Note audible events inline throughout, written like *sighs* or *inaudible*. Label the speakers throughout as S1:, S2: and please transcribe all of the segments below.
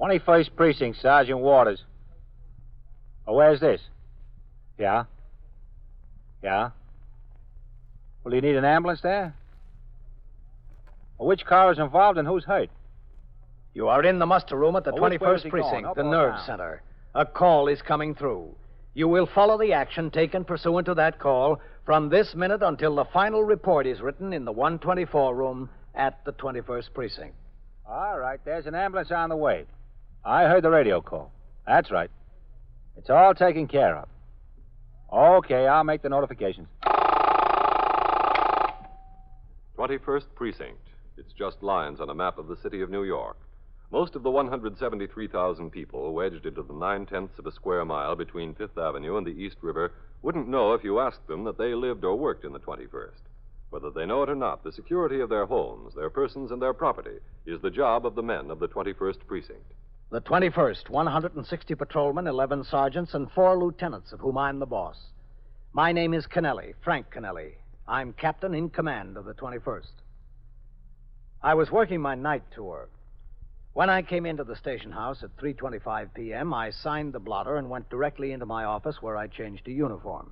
S1: 21st Precinct, Sergeant Waters. Oh, where's this? Yeah? Yeah? Will you need an ambulance there? Well, which car is involved and who's hurt?
S2: You are in the muster room at the
S1: Oh, which way is
S2: 21st
S1: he going?
S2: Precinct,
S1: Up
S2: the
S1: or
S2: nerve
S1: down?
S2: center. A call is coming through. You will follow the action taken pursuant to that call from this minute until the final report is written in the 124 room at the 21st Precinct.
S1: All right, there's an ambulance on the way. I heard the radio call. That's right. It's all taken care of. Okay, I'll make the notifications.
S3: 21st Precinct. It's just lines on a map of the city of New York. Most of the 173,000 people wedged into the nine tenths of a square mile between Fifth Avenue and the East River wouldn't know if you asked them that they lived or worked in the 21st. Whether they know it or not, the security of their homes, their persons, and their property is the job of the men of the 21st Precinct.
S2: The 21st, 160 patrolmen, 11 sergeants, and four lieutenants, of whom I'm the boss. My name is Kennelly, Frank Kennelly. I'm captain in command of the 21st. I was working my night tour. When I came into the station house at 3:25 p.m., I signed the blotter and went directly into my office where I changed to uniform.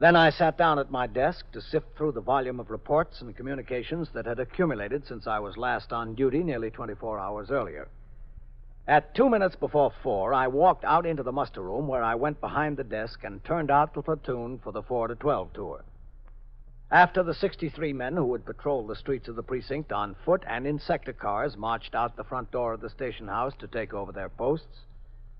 S2: Then I sat down at my desk to sift through the volume of reports and communications that had accumulated since I was last on duty nearly 24 hours earlier. At two minutes before four, I walked out into the muster room where I went behind the desk and turned out the platoon for the 4 to 12 tour. After the 63 men who would patrol the streets of the precinct on foot and in sector cars marched out the front door of the station house to take over their posts,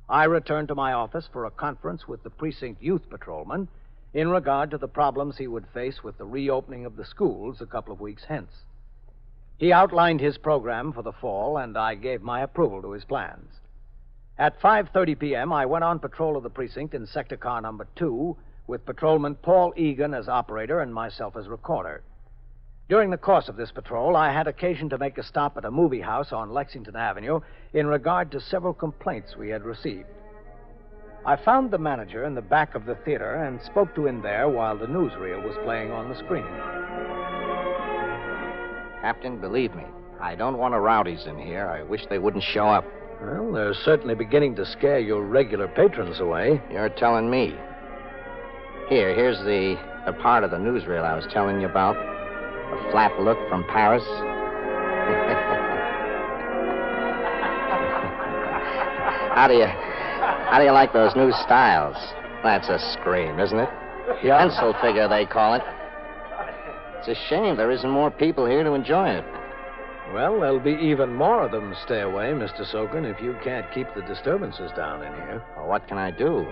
S2: I returned to my office for a conference with the precinct youth patrolman in regard to the problems he would face with the reopening of the schools a couple of weeks hence. He outlined his program for the fall, and I gave my approval to his plans. At 5:30 p.m., I went on patrol of the precinct in sector car number 2 with patrolman Paul Egan as operator and myself as recorder. During the course of this patrol, I had occasion to make a stop at a movie house on Lexington Avenue in regard to several complaints we had received. I found the manager in the back of the theater and spoke to him there while the newsreel was playing on the screen.
S4: Captain, believe me, I don't want the rowdies in here. I wish they wouldn't show up.
S2: Well, they're certainly beginning to scare your regular patrons away.
S4: You're telling me. Here, here's the, the part of the newsreel I was telling you about. A flat look from Paris. *laughs* how do you how do you like those new styles? That's a scream, isn't it? Pencil figure they call it. It's a shame there isn't more people here to enjoy it.
S2: Well, there'll be even more of them stay away, Mr. Sokin, if you can't keep the disturbances down in here.
S4: Well, what can I do?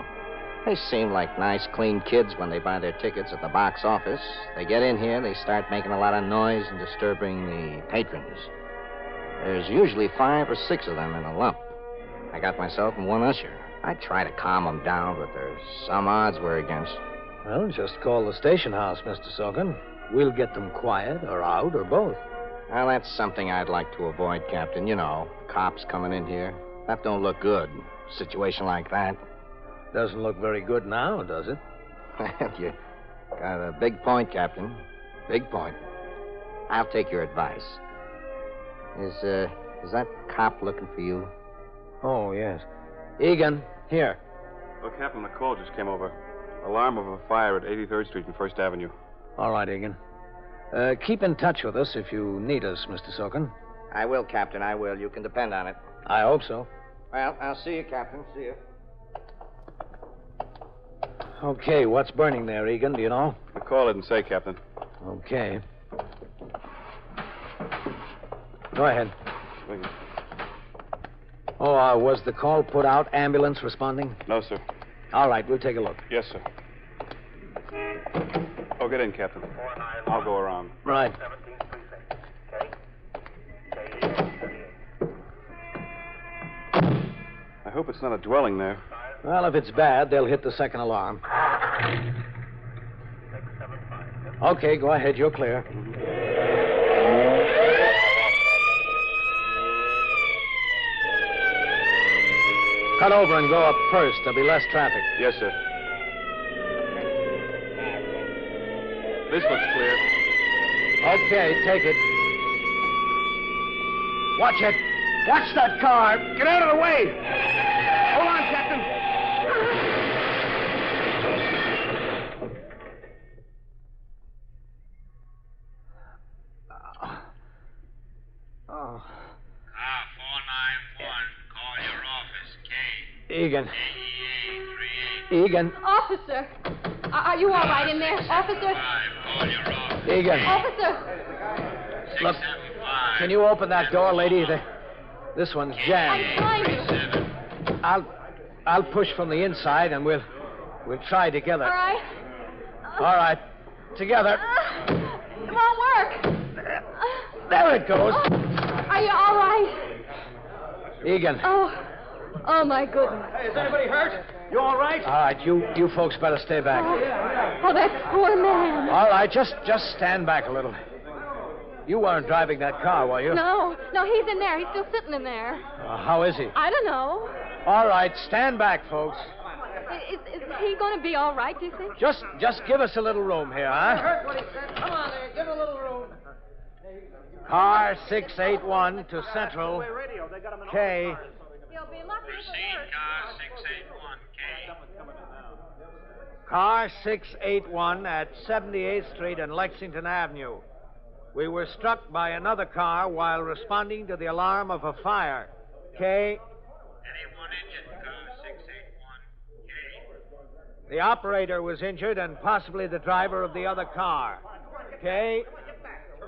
S4: They seem like nice, clean kids when they buy their tickets at the box office. They get in here, they start making a lot of noise and disturbing the patrons. There's usually five or six of them in a lump. I got myself and one usher. I try to calm them down, but there's some odds we're against.
S2: Well, just call the station house, Mr. Sokin. We'll get them quiet or out or both.
S4: Well, that's something I'd like to avoid, Captain. You know, cops coming in here. That don't look good. Situation like that.
S2: Doesn't look very good now, does it?
S4: *laughs* you got a big point, Captain. Big point. I'll take your advice. Is uh, is that cop looking for you?
S2: Oh, yes. Egan, here.
S5: Well, Captain, the call just came over. Alarm of a fire at 83rd Street and First Avenue.
S2: All right, Egan. Uh, keep in touch with us if you need us, Mr. Sokin.
S4: I will, Captain. I will. You can depend on it.
S2: I hope so.
S4: Well, I'll see you, Captain. See you.
S2: Okay, what's burning there, Egan? Do you know?
S5: The call didn't say, Captain.
S2: Okay. Go ahead.
S5: Thank you.
S2: Oh, uh, was the call put out? Ambulance responding?
S5: No, sir.
S2: All right, we'll take a look.
S5: Yes, sir. Oh, get in, Captain. I'll go around.
S2: Right.
S5: I hope it's not a dwelling there.
S2: Well, if it's bad, they'll hit the second alarm. Okay, go ahead. You're clear. Cut over and go up first. There'll be less traffic.
S5: Yes, sir. This looks clear.
S2: Okay, take it. Watch it.
S6: Watch that car. Get out of the way. Hold on, Captain.
S2: Oh,
S7: Car 491, call your office, K. E
S2: Egan.
S7: EA
S2: Egan.
S8: Officer! Are, are you all right in there? Officer?
S7: 38. Call your office,
S2: Egan.
S8: Officer!
S2: Look,
S7: 675.
S2: can you open that door, lady? The- this one's
S8: I'm
S2: jammed.
S8: trying to.
S2: I'll, I'll push from the inside, and we'll, we'll try together.
S8: All right?
S2: All right. Together.
S8: Ah, it won't work.
S2: There it goes.
S8: Oh, are you all right?
S2: Egan. All
S8: Oh, oh my goodness.
S6: Hey, is anybody hurt? You all right?
S2: right, you, you folks better stay back.
S8: Oh, that poor man.
S2: All right, just, just stand back a little. You weren't driving that car, were you?
S8: No, no, he's in there. He's still sitting in there.
S2: Uh, how is he?
S8: I don't know.
S2: All right, stand back, folks.
S8: I- Is, is he going to be all right, do you think?
S2: Just, just give us a little room here, huh?
S6: Come on there. Give a little room.
S2: Car 681 to Central
S6: radio. They got him
S2: K.
S8: He'll be lucky
S7: Proceed, car 681, K.
S2: Car 681 at 78th Street and Lexington Avenue. We were struck by another car while responding to the alarm of a fire. K.
S7: Anyone injured, car 681, K.
S2: The operator was injured and possibly the driver of the other car. K.
S7: 10 4,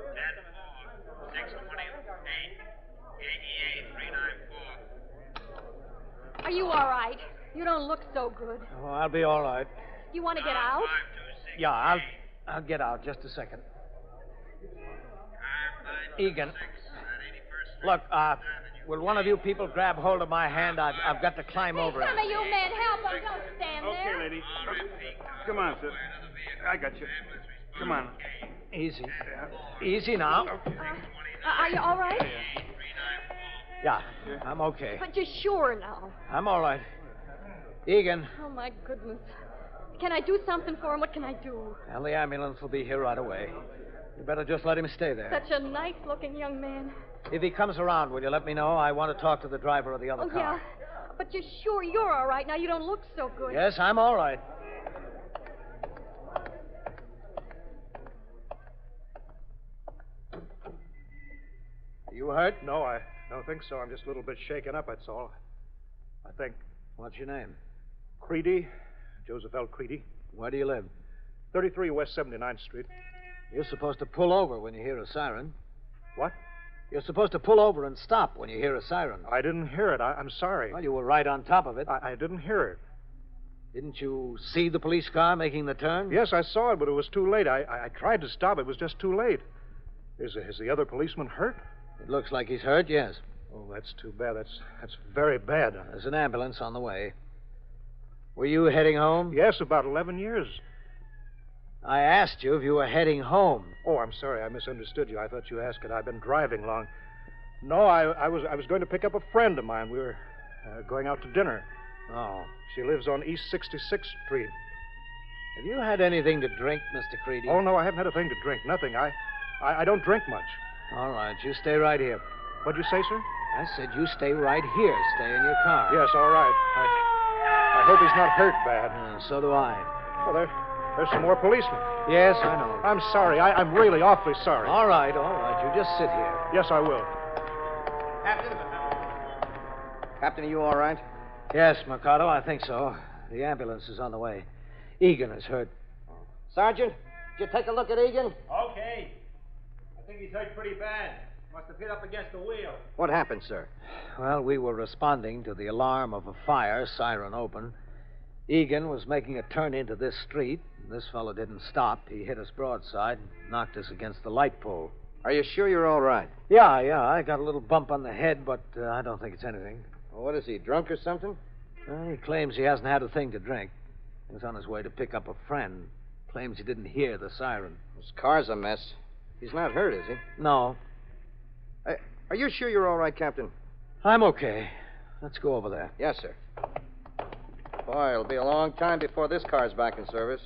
S7: 628, 88394.
S8: Are you all right? You don't look so good.
S2: Oh, I'll be all right.
S8: You want to get out?
S7: 526,
S2: Yeah, I'll, I'll get out just a second. Egan. Look, uh, will one of you people grab hold of my hand? I've, I've got to climb over
S8: Hey,
S2: it.
S8: some of you men, help him. Don't stand there.
S1: Okay, lady. Come on, sir. I got you. Come on.
S2: Easy. Easy now.
S8: Uh, are you all right?
S2: Yeah, I'm okay.
S8: But you're sure now.
S2: I'm all right. Egan,
S8: Oh, my goodness. Can I do something for him? What can I do?
S2: and the ambulance will be here right away. You better just let him stay there.
S8: Such a nice looking young man.
S2: If he comes around, will you let me know? I want to talk to the driver of the other
S8: Oh, yeah.
S2: car.
S8: But you're sure you're all right now. You don't look so good.
S2: Yes, I'm all right. You hurt?
S6: No, I don't think so. I'm just a little bit shaken up, that's all. I think
S2: What's your name?
S6: Creedy, Joseph L. Creedy,
S2: Where do you live?
S6: 33 West 79th Street.
S2: You're supposed to pull over when you hear a siren.
S6: What?
S2: You're supposed to pull over and stop when you hear a siren.
S6: I didn't hear it. I, I'm sorry.
S2: Well, you were right on top of it.
S6: I, I didn't hear it.
S2: Didn't you see the police car making the turn?
S6: Yes, I saw it, but it was too late. I, I, I tried to stop. It was just too late. Is, is the other policeman hurt?
S2: It looks like he's hurt, yes.
S6: Oh, that's too bad. That's, that's very bad.
S2: There's an ambulance on the way. Were you heading home?
S6: Yes, about 11 years.
S2: I asked you if you were heading home.
S6: Oh, I'm sorry. I misunderstood you. I thought you asked it. I've been driving long. No, I, I was I was going to pick up a friend of mine. We were uh, going out to dinner.
S2: Oh.
S6: She lives on East 66th Street.
S2: Have you had anything to drink, Mr. Creedy?
S6: Oh no, I haven't had a thing to drink. Nothing. I, I, I don't drink much.
S2: All right, you stay right here.
S6: What'd you say, sir?
S2: I said you stay right here. Stay in your car.
S6: Yes, all right. I, I hope he's not hurt bad.
S2: Uh, so do I.
S6: Well, there, there's some more policemen.
S2: Yes, I know.
S6: I'm sorry. I, I'm really awfully sorry.
S2: All right, all right. You just sit here.
S6: Yes, I will.
S4: Captain, are you all right?
S2: Yes, Mikado, I think so. The ambulance is on the way. Egan is hurt.
S4: Sergeant, did you take a look at Egan?
S9: Okay. I think he's hurt pretty bad. Must have hit up against the wheel.
S4: What happened, sir?
S2: Well, we were responding to the alarm of a fire, siren open. Egan was making a turn into this street. This fellow didn't stop. He hit us broadside, knocked us against the light pole.
S4: Are you sure you're all right?
S2: Yeah, yeah, I got a little bump on the head, but uh, I don't think it's anything.
S4: What is he, drunk or something?
S2: Well, he claims he hasn't had a thing to drink. He was on his way to pick up a friend. Claims he didn't hear the siren.
S4: His car's a mess. He's not hurt, is he?
S2: No,
S4: Are you sure you're all right, Captain?
S2: I'm okay. Let's go over there.
S4: Yes, sir. Boy, it'll be a long time before this car's back in service.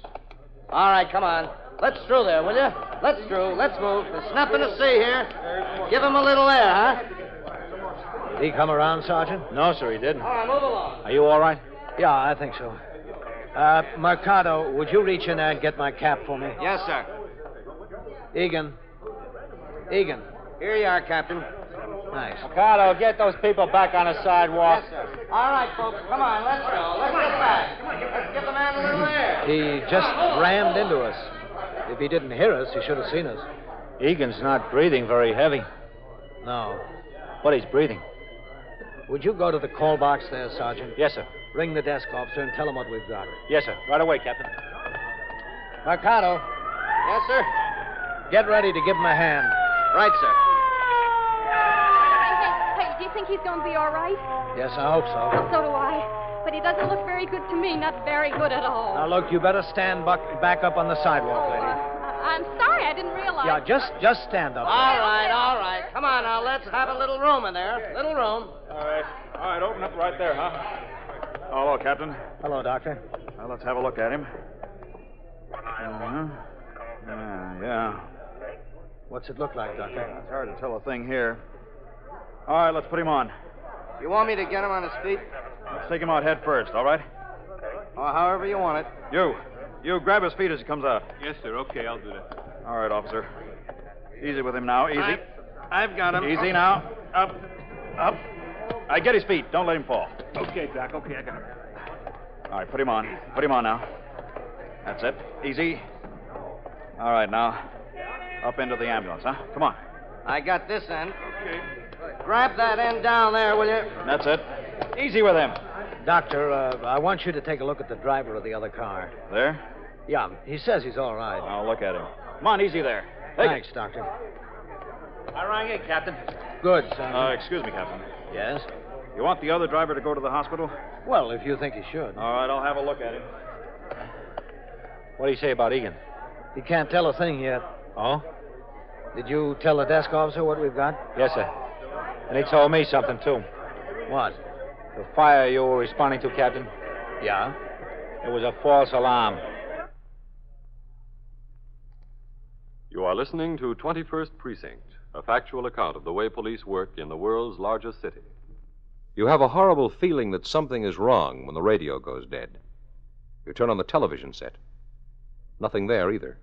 S4: All right, come on. Let's through there, will you? Let's through. Let's move. There's nothing to see here. Give him a little air, huh?
S2: Did he come around, Sergeant?
S10: No, sir, he didn't.
S7: All right, move along.
S10: Are you all right?
S2: Yeah, I think so. Uh, Mercado, would you reach in there and get my cap for me?
S4: Yes, sir.
S2: Egan. Egan.
S4: Here you are, Captain.
S2: Nice.
S10: Cardo, get those people back on the sidewalk.
S7: sir. All right, folks, come on, let's go. Let's get back. Come on, let's give the man a little air.
S2: He just rammed into us. If he didn't hear us, he should have seen us.
S10: Egan's not breathing very heavy,
S2: No.
S10: but he's breathing.
S2: Would you go to the call box there, Sergeant?
S10: Yes, sir.
S2: Ring the desk officer and tell him what we've got.
S10: Yes, sir. Right away, Captain.
S2: Mercado,
S4: Yes, sir.
S2: get ready to give him a hand.
S4: Right, sir.
S8: Hey, hey, do you think he's going to be all right?
S2: Yes, I hope so.
S8: So do I. But he doesn't look very good to me. Not very good at all.
S2: Now look, you better stand buck- back up on the sidewalk,
S8: Oh, uh,
S2: lady.
S8: I- I'm sorry, I didn't realize.
S2: Yeah, just just stand up.
S8: I-
S2: there.
S8: All right, all right.
S4: Come on now, let's have a little room in there. Little room.
S1: All right. All right, open up right there, huh? Hello, Captain.
S2: Hello, Doctor.
S1: Well, let's have a look at him. Uh-huh. Yeah, yeah.
S2: What's it look like, Doctor?
S1: It's hard to tell a thing here. All right, let's put him on.
S4: You want me to get him on his feet?
S1: Let's take him out head first, all right?
S4: Or however you want it.
S1: You. You grab his feet as he comes out.
S9: Yes, sir. Okay, I'll do that.
S1: All right, officer. Easy with him now. Easy.
S4: I've got him.
S1: Easy now. Up. Up. I get his feet. Don't let him fall.
S9: Okay, Doc. Okay, I got it.
S1: All right, put him on. Put him on now. That's it. Easy. All right, now. Up into the ambulance, huh? Come on.
S4: I got this end. Okay. Grab that end down there, will you?
S1: That's it. Easy with him.
S2: Doctor, uh, I want you to take a look at the driver of the other car.
S1: There.
S2: Yeah, he says he's all right.
S1: Now look at him. Come on, easy there. Take it.
S2: Thanks, Doctor.
S9: I rang in, Captain.
S2: Good, Sergeant.
S1: Uh, excuse me, Captain.
S2: yes?
S1: You want the other driver to go to the hospital?
S2: Well, if you think he should.
S1: All right, I'll have a look at him.
S10: What do you say about Egan?
S2: He can't tell a thing yet.
S10: Oh?
S2: Did you tell the desk officer what we've got?
S10: Yes, sir. And he told me something, too.
S2: What?
S10: The fire you were responding to, Captain,
S2: Yeah?
S10: it was a false alarm.
S11: You are listening to 21st Precinct, a factual account of the way police work in the world's largest city.
S3: You have a horrible feeling that something is wrong when the radio goes dead. You turn on the television set. Nothing there either.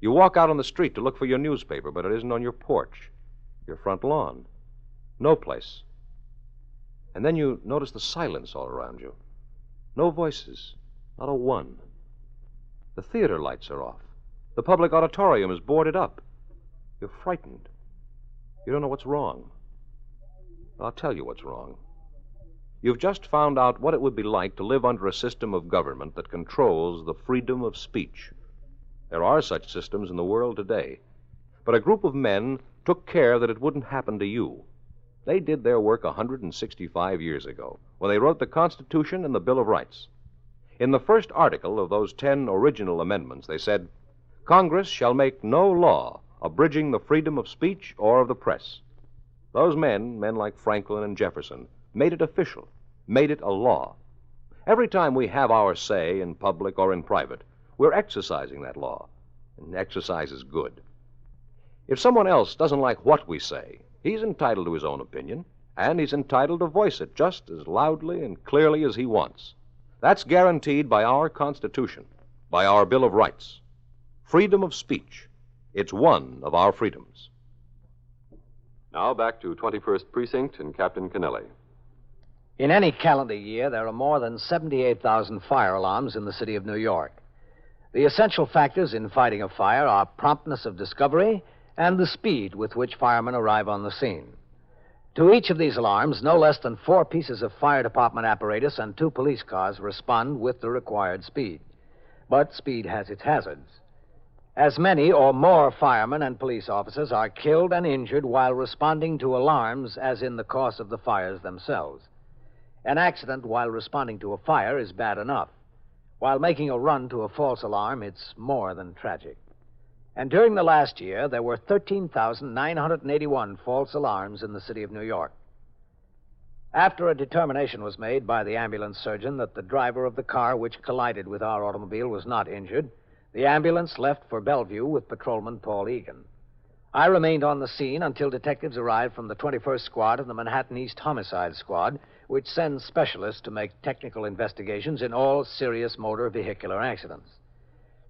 S3: You walk out on the street to look for your newspaper, but it isn't on your porch, your front lawn. No place. And then you notice the silence all around you. No voices, not a one. The theater lights are off. The public auditorium is boarded up. You're frightened. You don't know what's wrong. I'll tell you what's wrong. You've just found out what it would be like to live under a system of government that controls the freedom of speech. There are such systems in the world today. But a group of men took care that it wouldn't happen to you. They did their work 165 years ago when they wrote the Constitution and the Bill of Rights. In the first article of those 10 original amendments, they said Congress shall make no law abridging the freedom of speech or of the press. Those men, men like Franklin and Jefferson, made it official, made it a law. Every time we have our say in public or in private, we're exercising that law, and exercise is good. If someone else doesn't like what we say, he's entitled to his own opinion, and he's entitled to voice it just as loudly and clearly as he wants. That's guaranteed by our Constitution, by our Bill of Rights. Freedom of speech. It's one of our freedoms.
S11: Now back to 21st Precinct and Captain Kennelly.
S2: In any calendar year, there are more than 78,000 fire alarms in the city of New York. The essential factors in fighting a fire are promptness of discovery and the speed with which firemen arrive on the scene. To each of these alarms, no less than four pieces of fire department apparatus and two police cars respond with the required speed. But speed has its hazards. As many or more firemen and police officers are killed and injured while responding to alarms as in the course of the fires themselves. An accident while responding to a fire is bad enough. While making a run to a false alarm, it's more than tragic. And during the last year, there were 13,981 false alarms in the city of New York. After a determination was made by the ambulance surgeon that the driver of the car which collided with our automobile was not injured, the ambulance left for Bellevue with patrolman Paul Egan. I remained on the scene until detectives arrived from the 21st Squad and the Manhattan East Homicide Squad, which sends specialists to make technical investigations in all serious motor vehicular accidents.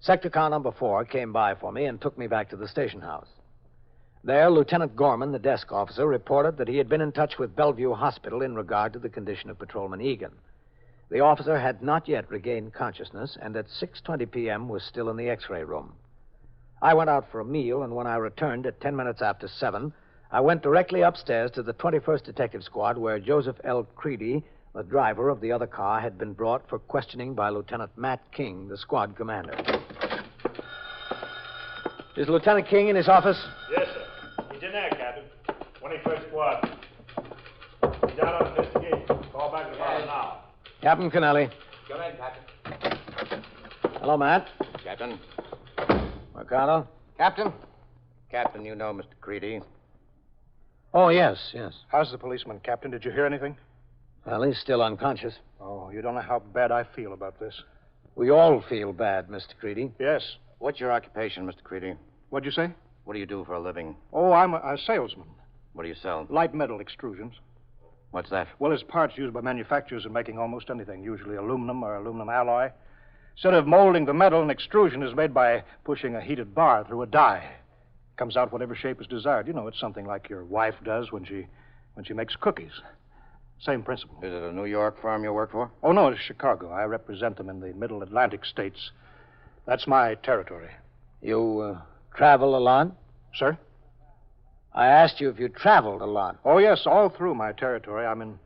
S2: Sector car number four came by for me and took me back to the station house. There, Lieutenant Gorman, the desk officer, reported that he had been in touch with Bellevue Hospital in regard to the condition of Patrolman Egan. The officer had not yet regained consciousness and at 6:20 p.m. was still in the X-ray room. I went out for a meal and when I returned at 10 minutes after 7, I went directly upstairs to the 21st Detective Squad where Joseph L. Creedy, the driver of the other car, had been brought for questioning by Lieutenant Matt King, the squad commander. Is Lieutenant King in his office?
S12: Yes, sir. He's in there, Captain. 21st Squad. He's out on investigation. Call back in about an hour.
S2: Captain Kennelly.
S12: Go in, Captain.
S2: Hello, Matt.
S4: Captain.
S2: Mercado?
S4: Captain? Captain, you know Mr. Creedy.
S2: Oh, yes, yes.
S6: How's the policeman, Captain? Did you hear anything?
S2: Well, he's still unconscious.
S6: Oh, you don't know how bad I feel about this.
S2: We all feel bad, Mr. Creedy.
S6: Yes.
S4: What's your occupation, Mr. Creedy?
S6: What'd you say?
S4: What do you do for a living?
S6: Oh, I'm a, a salesman.
S4: What do you sell?
S6: Light metal extrusions.
S4: What's that?
S6: Well, it's parts used by manufacturers in making almost anything, usually aluminum or aluminum alloy. Instead of molding the metal, an extrusion is made by pushing a heated bar through a die. Comes out whatever shape is desired. You know, it's something like your wife does when she when she makes cookies. Same principle.
S4: Is it a New York firm you work for?
S6: Oh no, it's Chicago. I represent them in the Middle Atlantic states. That's my territory.
S2: You uh, travel a lot?
S6: Sir?
S2: I asked you if you traveled a lot.
S6: Oh, yes, all through my territory. I'm in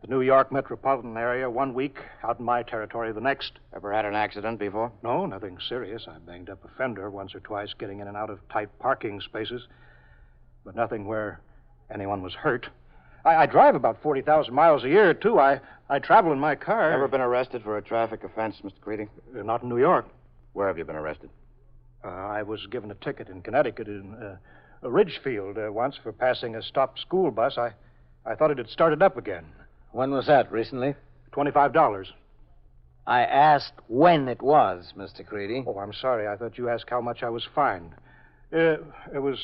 S6: the New York metropolitan area one week, out in my territory the next.
S4: Ever had an accident before?
S6: No, nothing serious. I banged up a fender once or twice getting in and out of tight parking spaces, but nothing where anyone was hurt. I, I drive about 40,000 miles a year, too. I, I travel in my car.
S4: Ever been arrested for a traffic offense, Mr. Creedy?
S6: Uh, not in New York.
S4: Where have you been arrested?
S6: Uh, I was given a ticket in Connecticut in uh, Ridgefield uh, once for passing a stopped school bus. I, I thought it had started up again.
S2: When was that, recently?
S6: $25.
S2: I asked when it was, Mr. Creedy.
S6: Oh, I'm sorry. I thought you asked how much I was fined. Uh, it was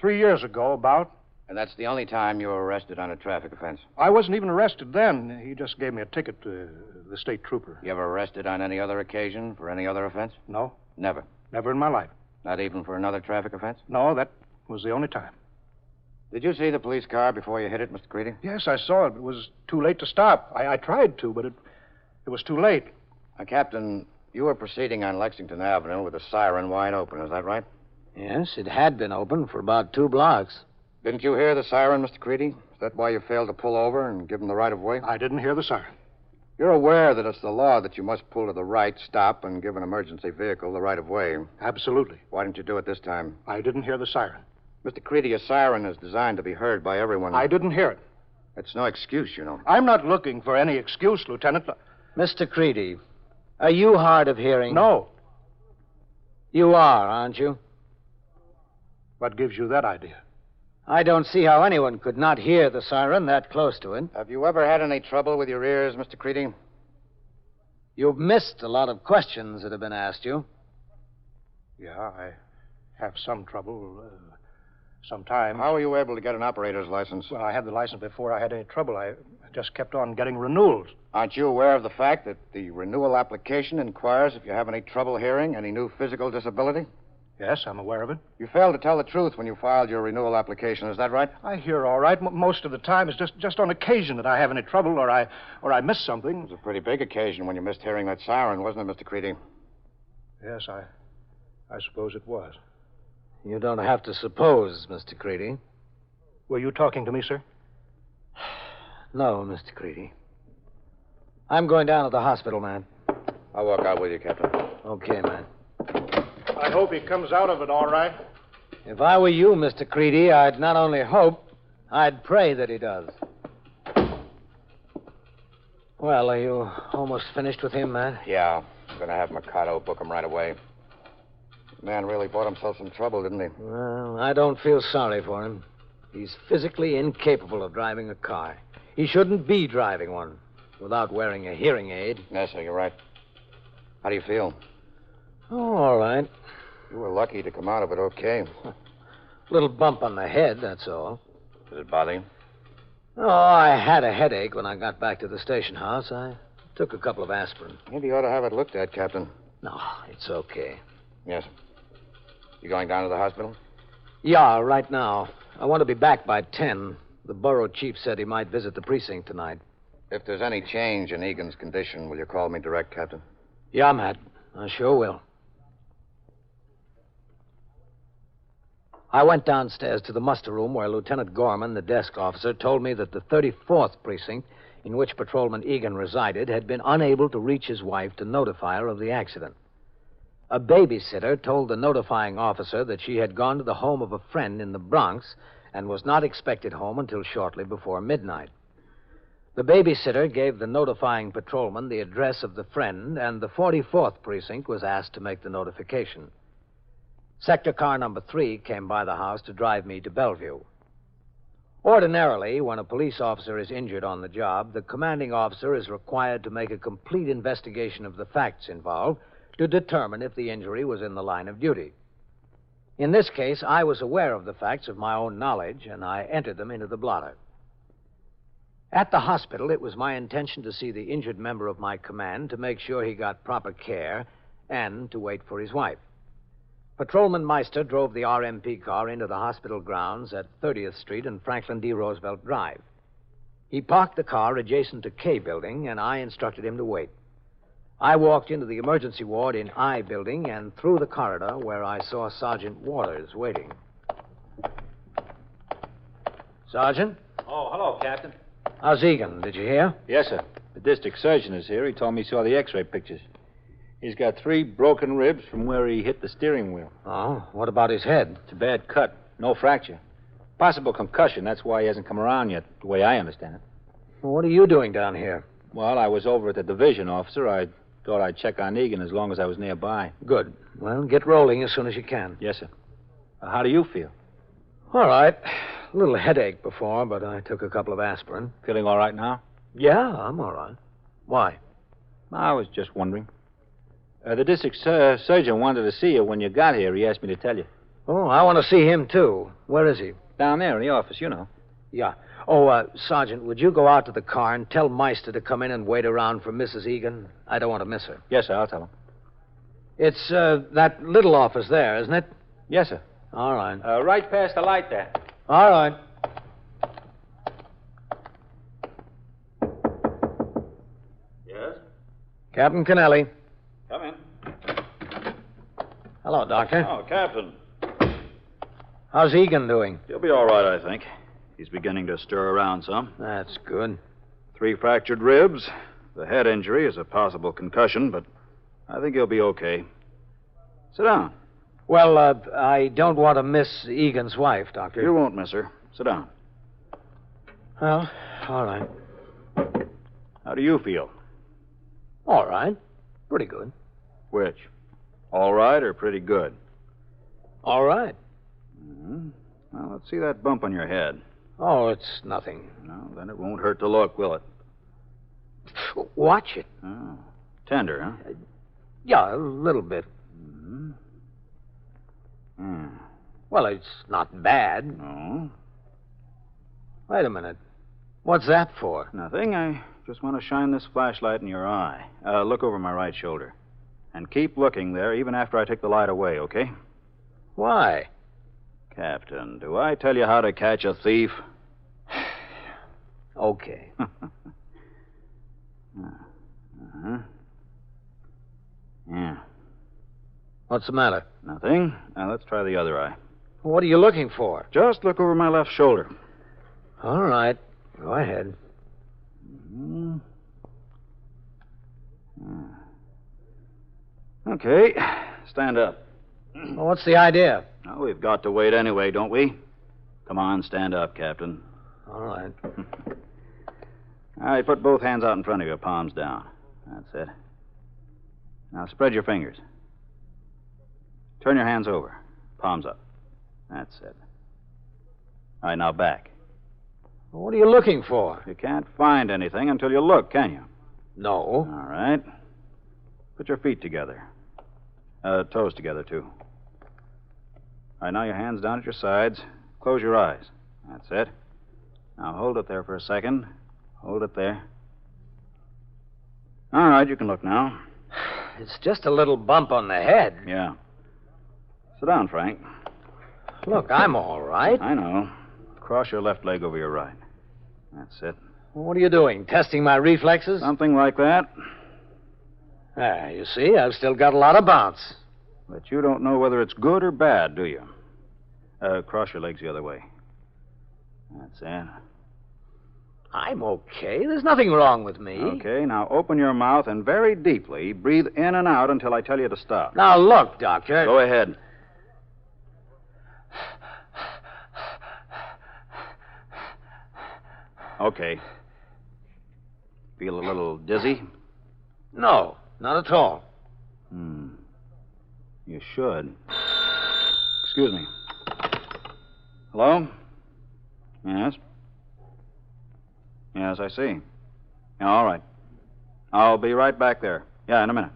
S6: three years ago, about.
S4: And that's the only time you were arrested on a traffic offense?
S6: I wasn't even arrested then. He just gave me a ticket to the state trooper.
S4: You ever arrested on any other occasion for any other offense?
S6: No.
S4: Never?
S6: Never in my life.
S4: Not even for another traffic offense?
S6: No, that was the only time.
S4: Did you see the police car before you hit it, Mr. Creedy?
S6: Yes, I saw it. It was too late to stop. I, I tried to, but it, it was too late.
S4: Now, Uh, Captain, you were proceeding on Lexington Avenue with the siren wide open, is that right?
S2: Yes, it had been open for about two blocks.
S4: Didn't you hear the siren, Mr. Creedy? Is that why you failed to pull over and give him the right of way?
S6: I didn't hear the siren.
S4: You're aware that it's the law that you must pull to the right, stop, and give an emergency vehicle the right of way.
S6: Absolutely.
S4: Why didn't you do it this time?
S6: I didn't hear the siren.
S4: Mr. Creedy, a siren is designed to be heard by everyone.
S6: I didn't hear it.
S4: It's no excuse, you know.
S6: I'm not looking for any excuse, Lieutenant.
S2: Mr. Creedy, are you hard of hearing?
S6: No.
S2: You are, aren't you?
S6: What gives you that idea?
S2: I don't see how anyone could not hear the siren that close to it.
S4: Have you ever had any trouble with your ears, Mr. Creedy?
S2: You've missed a lot of questions that have been asked you.
S6: Yeah, I have some trouble uh, sometimes.
S4: How were you able to get an operator's license?
S6: Well, I had the license before I had any trouble. I just kept on getting renewals.
S4: Aren't you aware of the fact that the renewal application inquires if you have any trouble hearing, any new physical disability?
S6: Yes, I'm aware of it.
S4: You failed to tell the truth when you filed your renewal application. Is that right?
S6: I hear all right. M- most of the time, it's just, just on occasion that I have any trouble or I or I miss something.
S4: It was a pretty big occasion when you missed hearing that siren, wasn't it, Mr. Creedy?
S6: Yes, I I suppose it was.
S2: You don't have to suppose, Mr. Creedy.
S6: Were you talking to me, sir?
S2: *sighs* no, Mr. Creedy. I'm going down to the hospital, man.
S4: I'll walk out with you, Captain.
S2: Okay, man.
S6: I hope he comes out of it all right.
S2: If I were you, Mr. Creedy, I'd not only hope, I'd pray that he does. Well, are you almost finished with him, eh? Matt?
S4: Yeah. I'm going to have Mercado book him right away. The man really bought himself some trouble, didn't he?
S2: Well, I don't feel sorry for him. He's physically incapable of driving a car. He shouldn't be driving one without wearing a hearing aid.
S4: Yes, sir, you're right. How do you feel?
S2: Oh, all right.
S4: You were lucky to come out of it okay.
S2: Little bump on the head, that's all.
S4: Did it bother you?
S2: Oh, I had a headache when I got back to the station house. I took a couple of aspirin.
S13: Maybe you ought to have it looked at, Captain.
S2: No, it's okay.
S13: Yes. You going down to the hospital?
S2: Yeah, right now. I want to be back by 10. The borough chief said he might visit the precinct tonight.
S13: If there's any change in Egan's condition, will you call me direct, Captain?
S2: Yeah, Matt. I sure will. I went downstairs to the muster room where Lieutenant Gorman, the desk officer, told me that the 34th precinct, in which Patrolman Egan resided, had been unable to reach his wife to notify her of the accident. A babysitter told the notifying officer that she had gone to the home of a friend in the Bronx and was not expected home until shortly before midnight. The babysitter gave the notifying patrolman the address of the friend, and the 44th precinct was asked to make the notification. Sector car number three came by the house to drive me to Bellevue. Ordinarily, when a police officer is injured on the job, the commanding officer is required to make a complete investigation of the facts involved to determine if the injury was in the line of duty. In this case, I was aware of the facts of my own knowledge, and I entered them into the blotter. At the hospital, it was my intention to see the injured member of my command to make sure he got proper care and to wait for his wife. Patrolman Meister drove the RMP car into the hospital grounds at 30th Street and Franklin D. Roosevelt Drive. He parked the car adjacent to K Building, and I instructed him to wait. I walked into the emergency ward in I Building and through the corridor where I saw Sergeant Waters waiting. Sergeant?
S1: Oh, hello, Captain.
S2: How's Egan? Did you hear?
S1: Yes, sir. The district surgeon is here. He told me he saw the x ray pictures. He's got three broken ribs from where he hit the steering wheel.
S2: Oh, what about his head?
S1: It's a bad cut. No fracture. Possible concussion. That's why he hasn't come around yet, the way I understand it.
S2: Well, what are you doing down here?
S1: Well, I was over at the division, officer. I thought I'd check on Egan as long as I was nearby.
S2: Good. Well, get rolling as soon as you can.
S1: Yes, sir. Uh, how do you feel?
S2: All right. A little headache before, but I took a couple of aspirin.
S1: Feeling all right now?
S2: Yeah, I'm all right. Why?
S1: I was just wondering. Uh, the district sur- surgeon wanted to see you when you got here. He asked me to tell you.
S2: Oh, I want to see him, too. Where is he?
S1: Down there in the office, you know.
S2: Yeah. Oh, uh, Sergeant, would you go out to the car and tell Meister to come in and wait around for Mrs. Egan? I don't want to miss her.
S1: Yes, sir, I'll tell him.
S2: It's uh, that little office there, isn't it?
S1: Yes, sir.
S2: All right.
S1: Uh, right past the light there.
S2: All right.
S14: Yes?
S2: Captain Kennelly.
S14: Come in.
S2: Hello, Doctor.
S14: Oh, Captain.
S2: How's Egan doing?
S4: He'll be all right, I think. He's beginning to stir around some.
S2: That's good.
S4: Three fractured ribs. The head injury is a possible concussion, but I think he'll be okay. Sit down.
S2: Well, uh, I don't want to miss Egan's wife, Doctor.
S4: You won't miss her. Sit down.
S2: Well, all right.
S4: How do you feel?
S2: All right. Pretty good.
S4: Which? All right or pretty good?
S2: All right.
S4: Mm-hmm. Well, let's see that bump on your head.
S2: Oh, it's nothing.
S4: No, then it won't hurt to look, will it?
S2: Watch it.
S4: Oh. Tender, huh?
S2: Yeah, a little bit.
S4: Mm-hmm. Mm.
S2: Well, it's not bad.
S4: No.
S2: Wait a minute. What's that for?
S4: Nothing. I just want to shine this flashlight in your eye. Uh, look over my right shoulder. And keep looking there even after I take the light away, okay?
S2: Why?
S4: Captain, do I tell you how to catch a thief?
S2: *sighs*
S4: *laughs*
S2: okay.
S4: uh-huh. Yeah.
S2: What's the matter?
S4: Nothing. Now let's try the other eye.
S2: What are you looking for?
S4: Just look over my left shoulder.
S2: All right. Go ahead.
S4: Mm-hmm. Yeah. Hmm. Okay. Stand up.
S2: Well, what's the idea?
S4: Now, we've got to wait anyway, don't we? Come on, stand up, Captain.
S2: All
S4: *laughs*
S2: right.
S4: All right, put both hands out in front of you, palms down. That's it. Now spread your fingers. Turn your hands over, palms up. That's it. All right, now back.
S2: What are you looking for?
S4: You can't find anything until you look, can you?
S2: No.
S4: All right. Put your feet together. Uh, toes together, too. All right, now your hands down at your sides. Close your eyes. That's it. Now hold it there for a second. Hold it there. All right, you can look now.
S2: It's just a little bump on the head.
S4: Yeah. Sit down, Frank.
S2: Look, I'm all right.
S4: I know. Cross your left leg over your right. That's it.
S2: Well, What are you doing? Testing my reflexes?
S4: Something like that.
S2: Ah, you see, I've still got a lot of bounce.
S4: But you don't know whether it's good or bad, do you? Uh, cross your legs the other way. That's it.
S2: I'm okay. There's nothing wrong with me.
S4: Okay, now open your mouth and very deeply breathe in and out until I tell you to stop.
S2: Now, look, Doctor.
S4: Go ahead. Okay. Feel a little dizzy?
S2: No, not at all.
S4: Hmm. You should. Excuse me. Hello? Yes? Yes, I see. Yeah, all right. I'll be right back there. Yeah, in a minute.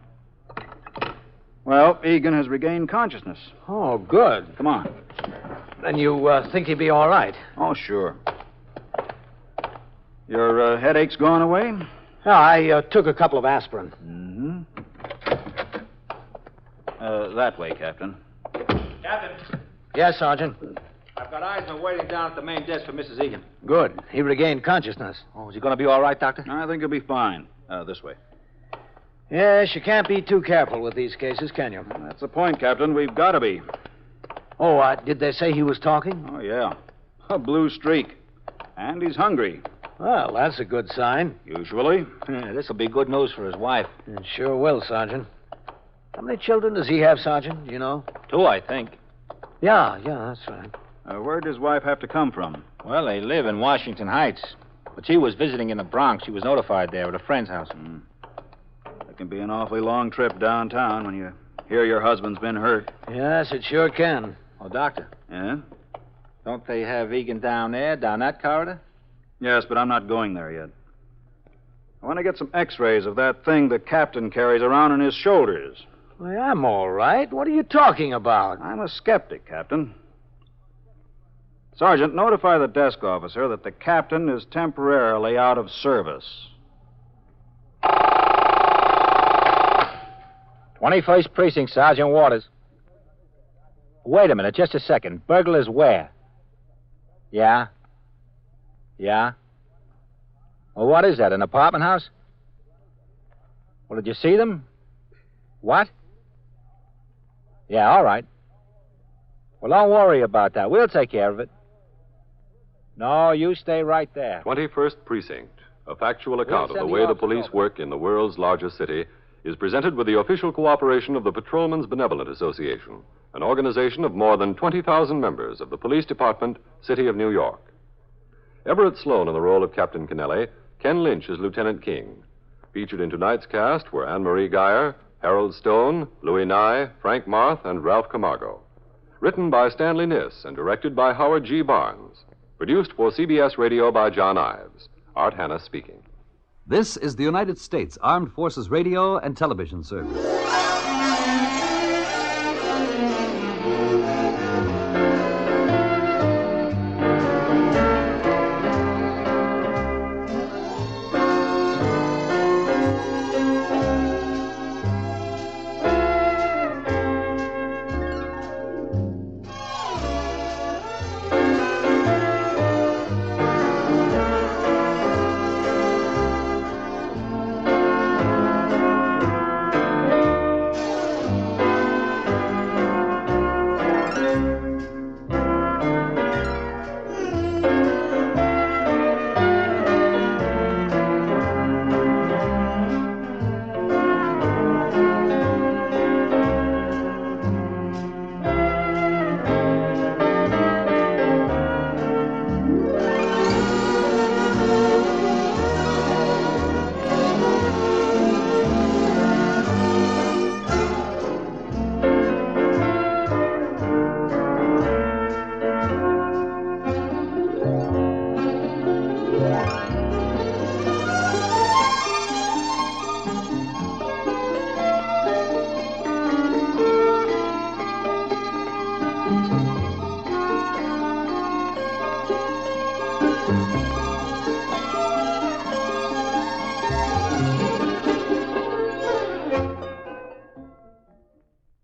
S4: Well, Egan has regained consciousness.
S2: Oh, good.
S4: Come on.
S2: Then you uh, think he'd be all right?
S4: Oh, sure. Your uh, headache's gone away?
S2: No, I uh, took a couple of aspirin.
S4: Mm-hmm. Uh, that way, Captain.
S15: Captain,
S2: Yes, Sergeant.
S15: I've got eyesman waiting down at the main desk for Mrs. Egan.
S2: Good. He regained consciousness.
S4: Oh, is he going to be all right, Doctor? I think he'll be fine. Uh, this way.
S2: Yes, you can't be too careful with these cases, can you?
S4: That's the point, Captain. We've got to be.
S2: Oh, uh, did they say he was talking?
S4: Oh, yeah. A blue streak. And he's hungry,
S2: Well, that's a good sign.
S4: usually. Mm,
S16: this'll be good news for his wife.
S2: It sure will, Sergeant. How many children does he have, Sergeant? Do you know?
S16: Two, I think.
S2: Yeah, yeah, that's right.
S4: Uh, where'd his wife have to come from?
S16: Well, they live in Washington Heights. But she was visiting in the Bronx. She was notified there at a friend's house.
S4: It Hmm. can be an awfully long trip downtown when you hear your husband's been hurt.
S2: Yes, it sure can.
S16: Oh, doctor,
S4: Yeah?
S16: don't they have Egan down there, down that corridor?
S4: Yes, but I'm not going there yet. I want to get some x rays of that thing the captain carries around on his shoulders.
S2: Well, I'm all right. What are you talking about?
S4: I'm a skeptic, Captain. Sergeant, notify the desk officer that the captain is temporarily out of service.
S1: 21st Precinct, Sergeant Waters. Wait a minute, just a second. Burglars where? Yeah? Yeah? Well, what is that, an apartment house? Well, did you see them? What? Yeah, all right. Well, don't worry about that. We'll take care of it. No, you stay right there.
S3: 21st Precinct, a factual account of
S1: send
S3: the
S1: the
S3: way the
S1: officer
S3: police work in the world's largest city, is presented with the official cooperation of the Patrolmen's Benevolent Association, an organization of more than 20,000 members of the Police Department, City of New York. Everett Sloan in the role of Captain Kennelly, Ken Lynch as Lieutenant King. Featured in tonight's cast were Anne Marie Geyer, Harold Stone, Louis Nye, Frank Marth, and Ralph Camargo. Written by Stanley Niss and directed by Howard G. Barnes. Produced for CBS Radio by John Ives. Art Hanna speaking.
S17: This is the United States Armed Forces Radio and Television Service.